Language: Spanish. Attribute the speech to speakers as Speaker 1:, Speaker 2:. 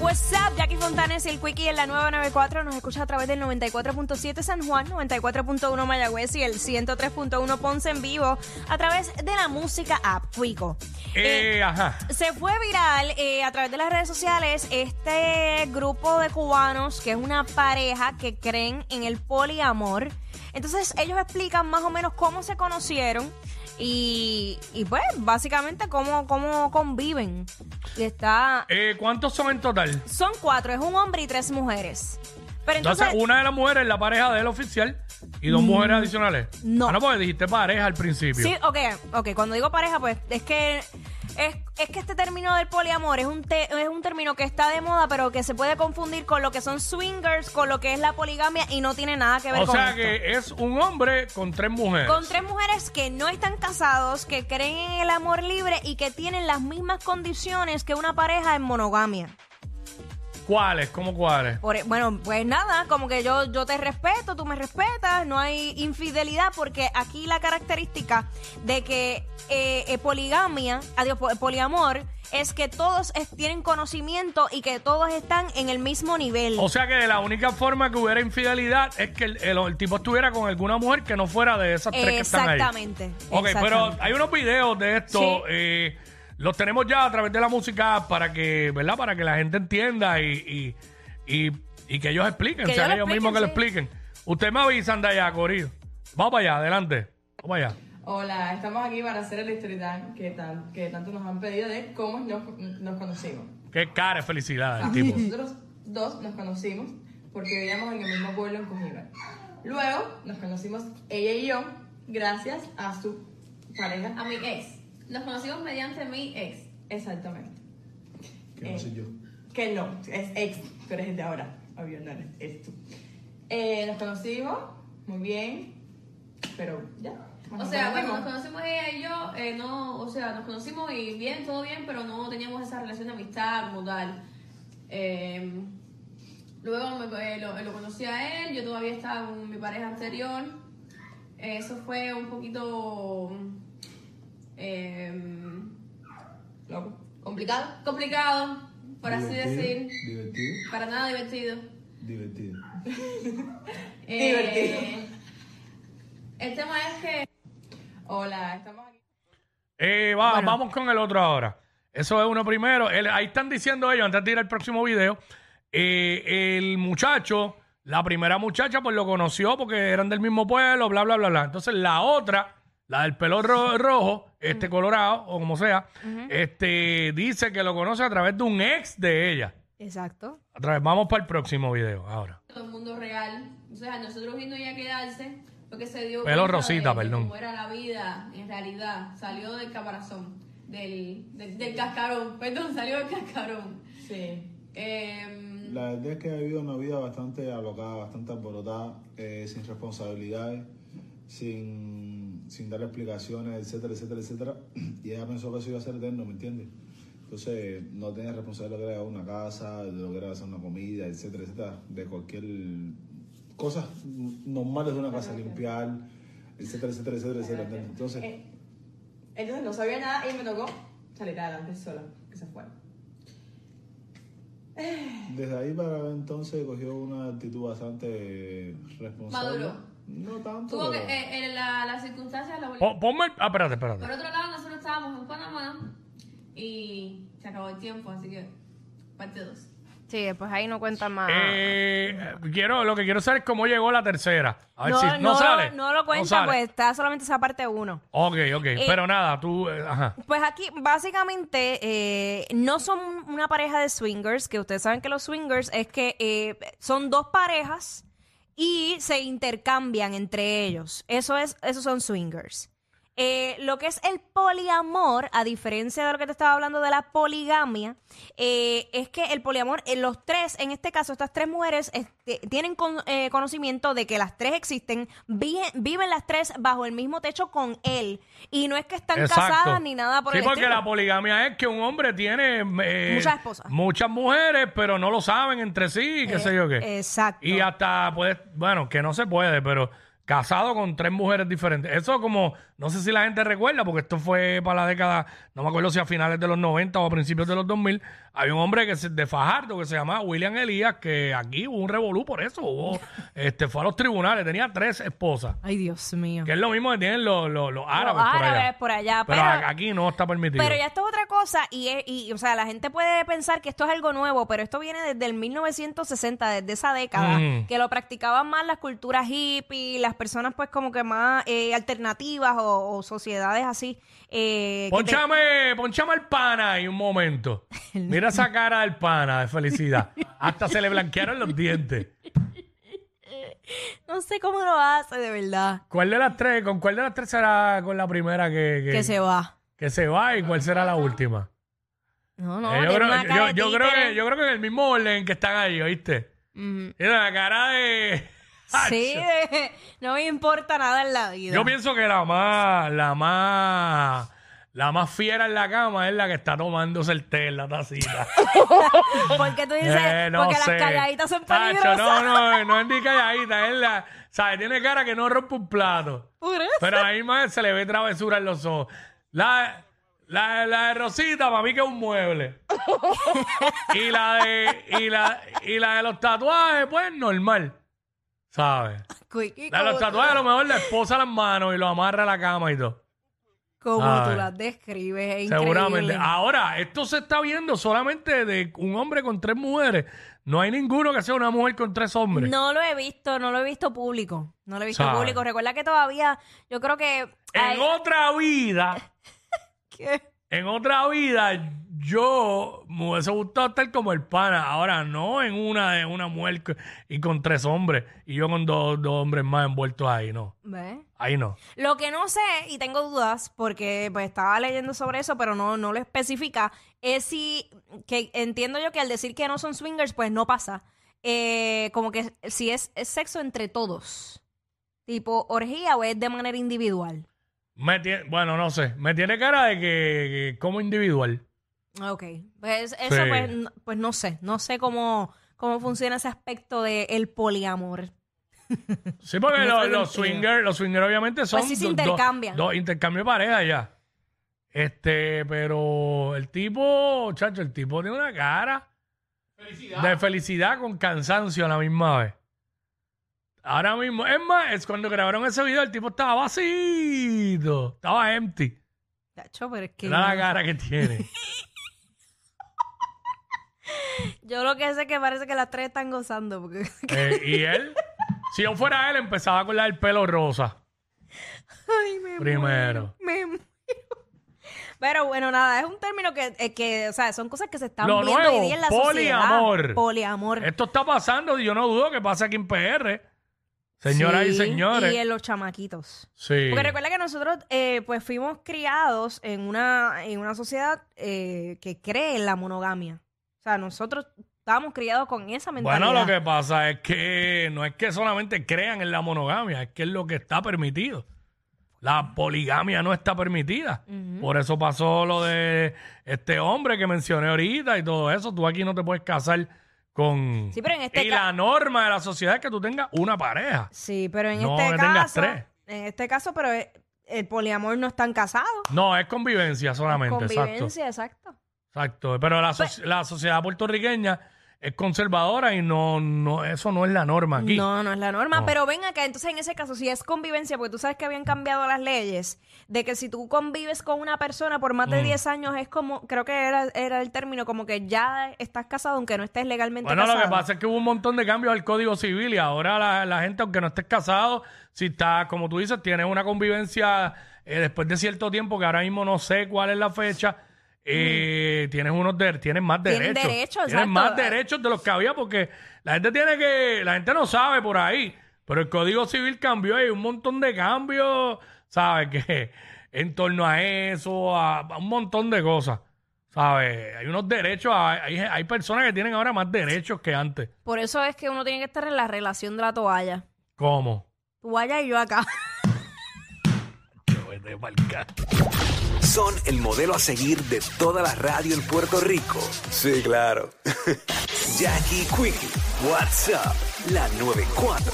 Speaker 1: What's up, Jackie Fontanes y el Quickie en la 994. Nos escuchas a través del 94.7 San Juan, 94.1 Mayagüez y el 103.1 Ponce en vivo a través de la música app Quico.
Speaker 2: Eh, ajá.
Speaker 1: Se fue viral eh, a través de las redes sociales este grupo de cubanos que es una pareja que creen en el poliamor. Entonces ellos explican más o menos cómo se conocieron y, y pues básicamente cómo, cómo conviven. Y está...
Speaker 2: Eh, ¿Cuántos son en total?
Speaker 1: Son cuatro, es un hombre y tres mujeres. Pero
Speaker 2: Entonces,
Speaker 1: entonces...
Speaker 2: una de las mujeres es la pareja del oficial y dos mujeres adicionales.
Speaker 1: Mm, no.
Speaker 2: Ah, no, porque dijiste pareja al principio.
Speaker 1: Sí, ok, ok. Cuando digo pareja, pues es que es, es que este término del poliamor es un, te- es un término que está de moda, pero que se puede confundir con lo que son swingers, con lo que es la poligamia y no tiene nada que ver
Speaker 2: o
Speaker 1: con
Speaker 2: sea
Speaker 1: esto.
Speaker 2: que es un hombre con tres mujeres.
Speaker 1: Con tres mujeres que no están casados, que creen en el amor libre y que tienen las mismas condiciones que una pareja en monogamia.
Speaker 2: ¿Cuáles? ¿Cómo cuáles?
Speaker 1: Por- bueno, pues nada, como que yo, yo te respeto, tú me respetas, no hay infidelidad, porque aquí la característica de que eh, eh, poligamia, adiós, po- poliamor, es que todos es- tienen conocimiento y que todos están en el mismo nivel.
Speaker 2: O sea que de la única forma que hubiera infidelidad es que el, el- el tipo estuviera con alguna mujer que no fuera de esas tres que están ahí.
Speaker 1: exactamente.
Speaker 2: Ok, pero
Speaker 1: exactamente.
Speaker 2: hay unos videos de esto.
Speaker 1: Sí.
Speaker 2: eh, los tenemos ya a través de la música para que, ¿verdad? Para que la gente entienda y, y, y- y que ellos expliquen,
Speaker 1: Que
Speaker 2: o sea,
Speaker 1: ellos lo
Speaker 2: ellos mismos que lo
Speaker 1: expliquen,
Speaker 2: expliquen. Ustedes me avisan de allá, Corillo. Vamos para allá, adelante. Vamos allá.
Speaker 3: Hola, estamos aquí para hacer el story time que, tan- que tanto nos han pedido de cómo nos, nos conocimos.
Speaker 2: Qué cara de felicidad el
Speaker 3: Ah,
Speaker 2: tipo.
Speaker 3: Nosotros dos nos conocimos porque vivíamos en el mismo pueblo en Cojíbar. Luego nos conocimos ella y yo gracias a su pareja.
Speaker 4: a mi ex. Nos conocimos mediante mi ex.
Speaker 3: Exactamente.
Speaker 5: Que no
Speaker 3: Eh,
Speaker 5: soy yo.
Speaker 3: Que no, es ex, tú eres el de ahora. Obvio, no eres, eres tú. Eh, nos conocimos, muy bien, pero ya.
Speaker 4: O
Speaker 3: nos
Speaker 4: sea, bueno,
Speaker 3: conocimos.
Speaker 4: nos conocimos ella y yo, eh, no, o sea, nos conocimos y bien, todo bien, pero no teníamos esa relación de amistad como tal. Eh, luego me- eh, lo, lo conocí a él, yo todavía estaba con mi pareja anterior. Eh, eso fue un poquito eh,
Speaker 3: Loco.
Speaker 4: complicado, complicado, por así
Speaker 5: Divertido,
Speaker 4: decir,
Speaker 5: Divertido,
Speaker 4: para nada divertido.
Speaker 5: divertido.
Speaker 3: Divertido.
Speaker 4: Eh, El tema es que
Speaker 3: Hola, estamos aquí.
Speaker 2: Eh, va-
Speaker 1: Bueno.
Speaker 2: Vamos con el otro ahora. Eso es uno primero. El- ahí están diciendo ellos, antes de ir al próximo video, eh, el muchacho, la primera muchacha, pues lo conoció porque eran del mismo pueblo, bla, bla, bla, bla. Entonces la otra, la del pelo ro- rojo, este colorado, o como sea, este dice que lo conoce a través de un ex de ella.
Speaker 1: Exacto.
Speaker 2: A través, vamos para el próximo video ahora.
Speaker 4: todo el mundo real. O sea, nosotros vino ya a quedarse, lo que se dio.
Speaker 2: Pelo
Speaker 4: cuenta
Speaker 2: rosita,
Speaker 4: de que
Speaker 2: perdón.
Speaker 4: Cómo era la vida, en realidad. Salió del caparazón, del, del, del cascarón, perdón, salió del cascarón.
Speaker 3: Sí.
Speaker 4: Em,
Speaker 5: La verdad es que he vivido una vida bastante alocada, bastante alborotada, eh, sin responsabilidades, sin, sin dar explicaciones, etcétera, etcétera, etcétera. Y ella pensó que eso iba a ser eterno, ¿me entiendes? Entonces, no tenía responsabilidad de lo que era una casa, de lo que era hacer una comida, etcétera, etcétera, de cualquier. cosas normales de una casa, limpiar, etcétera, etcétera, etcétera, etcétera. ¿entiendes? Entonces.
Speaker 3: Eh, Entonces no sabía nada y me tocó salir adelante sola, que se fue.
Speaker 5: Desde ahí para entonces cogió una actitud bastante responsable.
Speaker 4: Maduro.
Speaker 5: No tanto.
Speaker 4: tuvo que,
Speaker 5: pero-
Speaker 4: eh, en la, las circunstancias la
Speaker 2: Po- ponme. el- Ah, espérate,
Speaker 4: Por
Speaker 2: espérate.
Speaker 4: otro lado, nosotros estábamos en Panamá y se acabó el tiempo, así que parte 2.
Speaker 1: Sí, pues ahí no cuentan más.
Speaker 2: Eh, quiero, lo que quiero saber es cómo llegó la tercera. A ver
Speaker 1: no,
Speaker 2: si
Speaker 1: no,
Speaker 2: no
Speaker 1: lo-
Speaker 2: sale.
Speaker 1: no lo cuentan,
Speaker 2: sale.
Speaker 1: pues está solamente esa parte uno.
Speaker 2: Ok, ok. Pero nada, tú. eh, ajá.
Speaker 1: Pues aquí, básicamente, eh, no son una pareja de swingers, que ustedes saben que los swingers es que eh, son dos parejas y se intercambian entre ellos. Eso es, esos son swingers. Eh, lo que es el poliamor, a diferencia de lo que te estaba hablando de la poligamia, eh, es que el poliamor, eh, los tres, en este caso, estas tres mujeres este, tienen con- eh, conocimiento de que las tres existen, vi- viven las tres bajo el mismo techo con él. Y no es que están casadas ni nada por
Speaker 2: sí,
Speaker 1: el
Speaker 2: porque
Speaker 1: estilo.
Speaker 2: la poligamia es que un hombre tiene eh,
Speaker 1: Muchas esposas. Eh,
Speaker 2: muchas mujeres, pero no lo saben entre sí, qué sé yo qué.
Speaker 1: Exacto.
Speaker 2: Y hasta, pues, bueno, que no se puede, pero casado con tres mujeres diferentes. Eso como No sé si la gente recuerda, porque esto fue para la década, no me acuerdo si a finales de los 90 o a principios de los 2000, había un hombre que se- de Fajardo que se llamaba William Elías, que aquí hubo un revolú por eso, hubo, este, fue a los tribunales, tenía tres esposas,
Speaker 1: Ay, Dios mío.
Speaker 2: que es lo mismo que tienen los, los- los árabes,
Speaker 1: Los
Speaker 2: por allá.
Speaker 1: árabes por allá,
Speaker 2: Pero,
Speaker 1: pero-
Speaker 2: a- aquí no está permitido.
Speaker 1: Pero ya esto es otra cosa y, es- y, o sea, la gente puede pensar que esto es algo nuevo, pero esto viene desde el 1960, desde esa década,
Speaker 2: Mm.
Speaker 1: que lo practicaban más las culturas hippie, las personas pues como que más eh, alternativas o, o sociedades así. eh, que te-
Speaker 2: Ponchame, ponchame al pana ahí un momento. Mira esa cara del pana de felicidad. Hasta se le blanquearon los dientes.
Speaker 1: no sé cómo lo hace, de verdad,
Speaker 2: ¿Cuál de las tres? ¿Con cuál de las tres será con la primera que, que-
Speaker 1: que se va.
Speaker 2: que se va y cuál será la última?
Speaker 1: No, no,
Speaker 2: Eh, yo,
Speaker 1: tiene
Speaker 2: creo,
Speaker 1: una
Speaker 2: yo-
Speaker 1: cara de
Speaker 2: yo creo que,
Speaker 1: títere.
Speaker 2: yo creo que en el mismo orden que están ahí, ¿oíste?
Speaker 1: Ujú.
Speaker 2: Mira la cara de.
Speaker 1: Sí, de- no me importa nada en la vida.
Speaker 2: Ah, Yo pienso que la más, la más, la más fiera en la cama es la que está tomándose el té en la tacita.
Speaker 1: Porque tú dices,
Speaker 2: Eh, no
Speaker 1: porque
Speaker 2: sé.
Speaker 1: las calladitas son
Speaker 2: Tacho,
Speaker 1: peligrosas.
Speaker 2: no, no, eh, no es ni calladita, es la. ¿Sabes? Tiene cara que no rompe un plato.
Speaker 1: Por eso.
Speaker 2: Pero a la misma vez se le ve travesura en los ojos. La, la, la de Rosita, para mí que es un mueble. y, la de, y, la, y la de los tatuajes, pues normal. ¿Sabes?
Speaker 1: Quickie,
Speaker 2: La de los
Speaker 1: como-
Speaker 2: tatuajes, a lo mejor la esposa las manos y lo amarra a la cama y todo.
Speaker 1: Como
Speaker 2: Ah,
Speaker 1: tú las describes, es
Speaker 2: Seguramente.
Speaker 1: increíble.
Speaker 2: Ahora, esto se está viendo solamente de un hombre con tres mujeres. No hay ninguno que sea una mujer con tres hombres.
Speaker 1: No lo he visto, no lo he visto público. No lo he visto
Speaker 2: Sabe.
Speaker 1: público. Recuerda que todavía, yo creo que. hay-
Speaker 2: En otra vida,
Speaker 1: que-
Speaker 2: en otra vida, yo me hubiese gustado estar como el pana. Ahora, no en una de una mujer co- y con tres hombres. Y yo con dos, dos hombres más envueltos ahí, no.
Speaker 1: ¿Ve?
Speaker 2: Ahí no.
Speaker 1: Lo que no sé, y tengo dudas, porque pues estaba leyendo sobre eso, pero no, no lo especifica, es si, que entiendo yo que al decir que no son swingers, pues no pasa. Eh, como que si es, es sexo entre todos, tipo orgía o es de manera individual.
Speaker 2: Me tie- bueno, no sé. Me tiene cara de que, que como individual.
Speaker 1: Ok, pues eso
Speaker 2: Sí.
Speaker 1: pues, n- pues no sé, no sé cómo, cómo funciona ese aspecto del el poliamor.
Speaker 2: Sí, porque
Speaker 1: No
Speaker 2: los,
Speaker 1: tiene
Speaker 2: los
Speaker 1: sentido.
Speaker 2: swingers, los swingers obviamente son
Speaker 1: Pues sí se
Speaker 2: do- do-
Speaker 1: intercambian.
Speaker 2: Dos intercambios de pareja ya. Este, pero el tipo, chacho, el tipo tiene una cara de felicidad con cansancio a la misma vez. Ahora mismo, es más, es cuando grabaron ese video, el tipo estaba vacío, estaba empty.
Speaker 1: Chacho, pero es que
Speaker 2: Era la cara que tiene.
Speaker 1: yo lo que sé es que parece que las tres están gozando porque
Speaker 2: Eh, y él, si yo fuera él, empezaba con la del pelo rosa.
Speaker 1: Ay, me
Speaker 2: Primero.
Speaker 1: muero, me muero. Pero bueno, nada, es un término que, eh, que o sea, son cosas que se están
Speaker 2: Lo
Speaker 1: viendo hoy
Speaker 2: nuevo,
Speaker 1: día en la
Speaker 2: poliamor.
Speaker 1: sociedad. Poliamor.
Speaker 2: Esto está pasando y yo no dudo que pase aquí en PR. Señoras y
Speaker 1: Sí,
Speaker 2: señores.
Speaker 1: Y en los chamaquitos.
Speaker 2: Sí.
Speaker 1: Porque recuerda que nosotros eh, pues fuimos criados en una, en una sociedad eh, que cree en la monogamia. O sea, nosotros estábamos criados con esa mentalidad.
Speaker 2: Bueno, lo que pasa es que no es que solamente crean en la monogamia, es que es lo que está permitido. La poligamia no está permitida. Por eso pasó lo de este hombre que mencioné ahorita y todo eso. Tú aquí no te puedes casar con...
Speaker 1: Sí, pero en este
Speaker 2: y
Speaker 1: ca-
Speaker 2: la norma de la sociedad es que tú tengas una pareja.
Speaker 1: Sí, pero en
Speaker 2: No,
Speaker 1: este
Speaker 2: que tengas
Speaker 1: caso...
Speaker 2: tres.
Speaker 1: En este caso, pero eh, el poliamor no están casados.
Speaker 2: No, es convivencia solamente. Exacto.
Speaker 1: Convivencia, Pues exacto.
Speaker 2: Exacto, pero la, so- la sociedad puertorriqueña es conservadora y no, no, eso no es la norma aquí.
Speaker 1: No, no es la norma,
Speaker 2: No.
Speaker 1: pero ven acá, entonces en ese caso, si es convivencia, porque tú sabes que habían cambiado las leyes, de que si tú convives con una persona por más de
Speaker 2: Mm.
Speaker 1: 10 años, es como, creo que era, era el término, como que ya estás casado aunque no estés legalmente
Speaker 2: Bueno,
Speaker 1: casado.
Speaker 2: lo que pasa es que hubo un montón de cambios al Código Civil y ahora la, la gente, aunque no estés casado, si está, como tú dices, tienes una convivencia eh, después de cierto tiempo, que ahora mismo no sé cuál es la fecha, eh, tienes unos de- tienes más
Speaker 1: Tienen
Speaker 2: derechos.
Speaker 1: derechos,
Speaker 2: Tienes
Speaker 1: exacto.
Speaker 2: más derechos de los que había porque la gente tiene que, la gente no sabe por ahí, pero el Código Civil cambió y hay un montón de cambios, ¿sabes? Que en torno a eso, a, a un montón de cosas. ¿Sabes? Hay unos derechos, hay, hay- hay personas que tienen ahora más derechos que antes.
Speaker 1: Por eso es que uno tiene que estar en la relación de la toalla.
Speaker 2: ¿Cómo?
Speaker 1: Toalla y yo acá.
Speaker 2: Vete pa'l ca-
Speaker 6: Son el modelo a seguir de toda la radio en Puerto Rico. Sí, claro. Jackie Quickie, WhatsApp, la 94.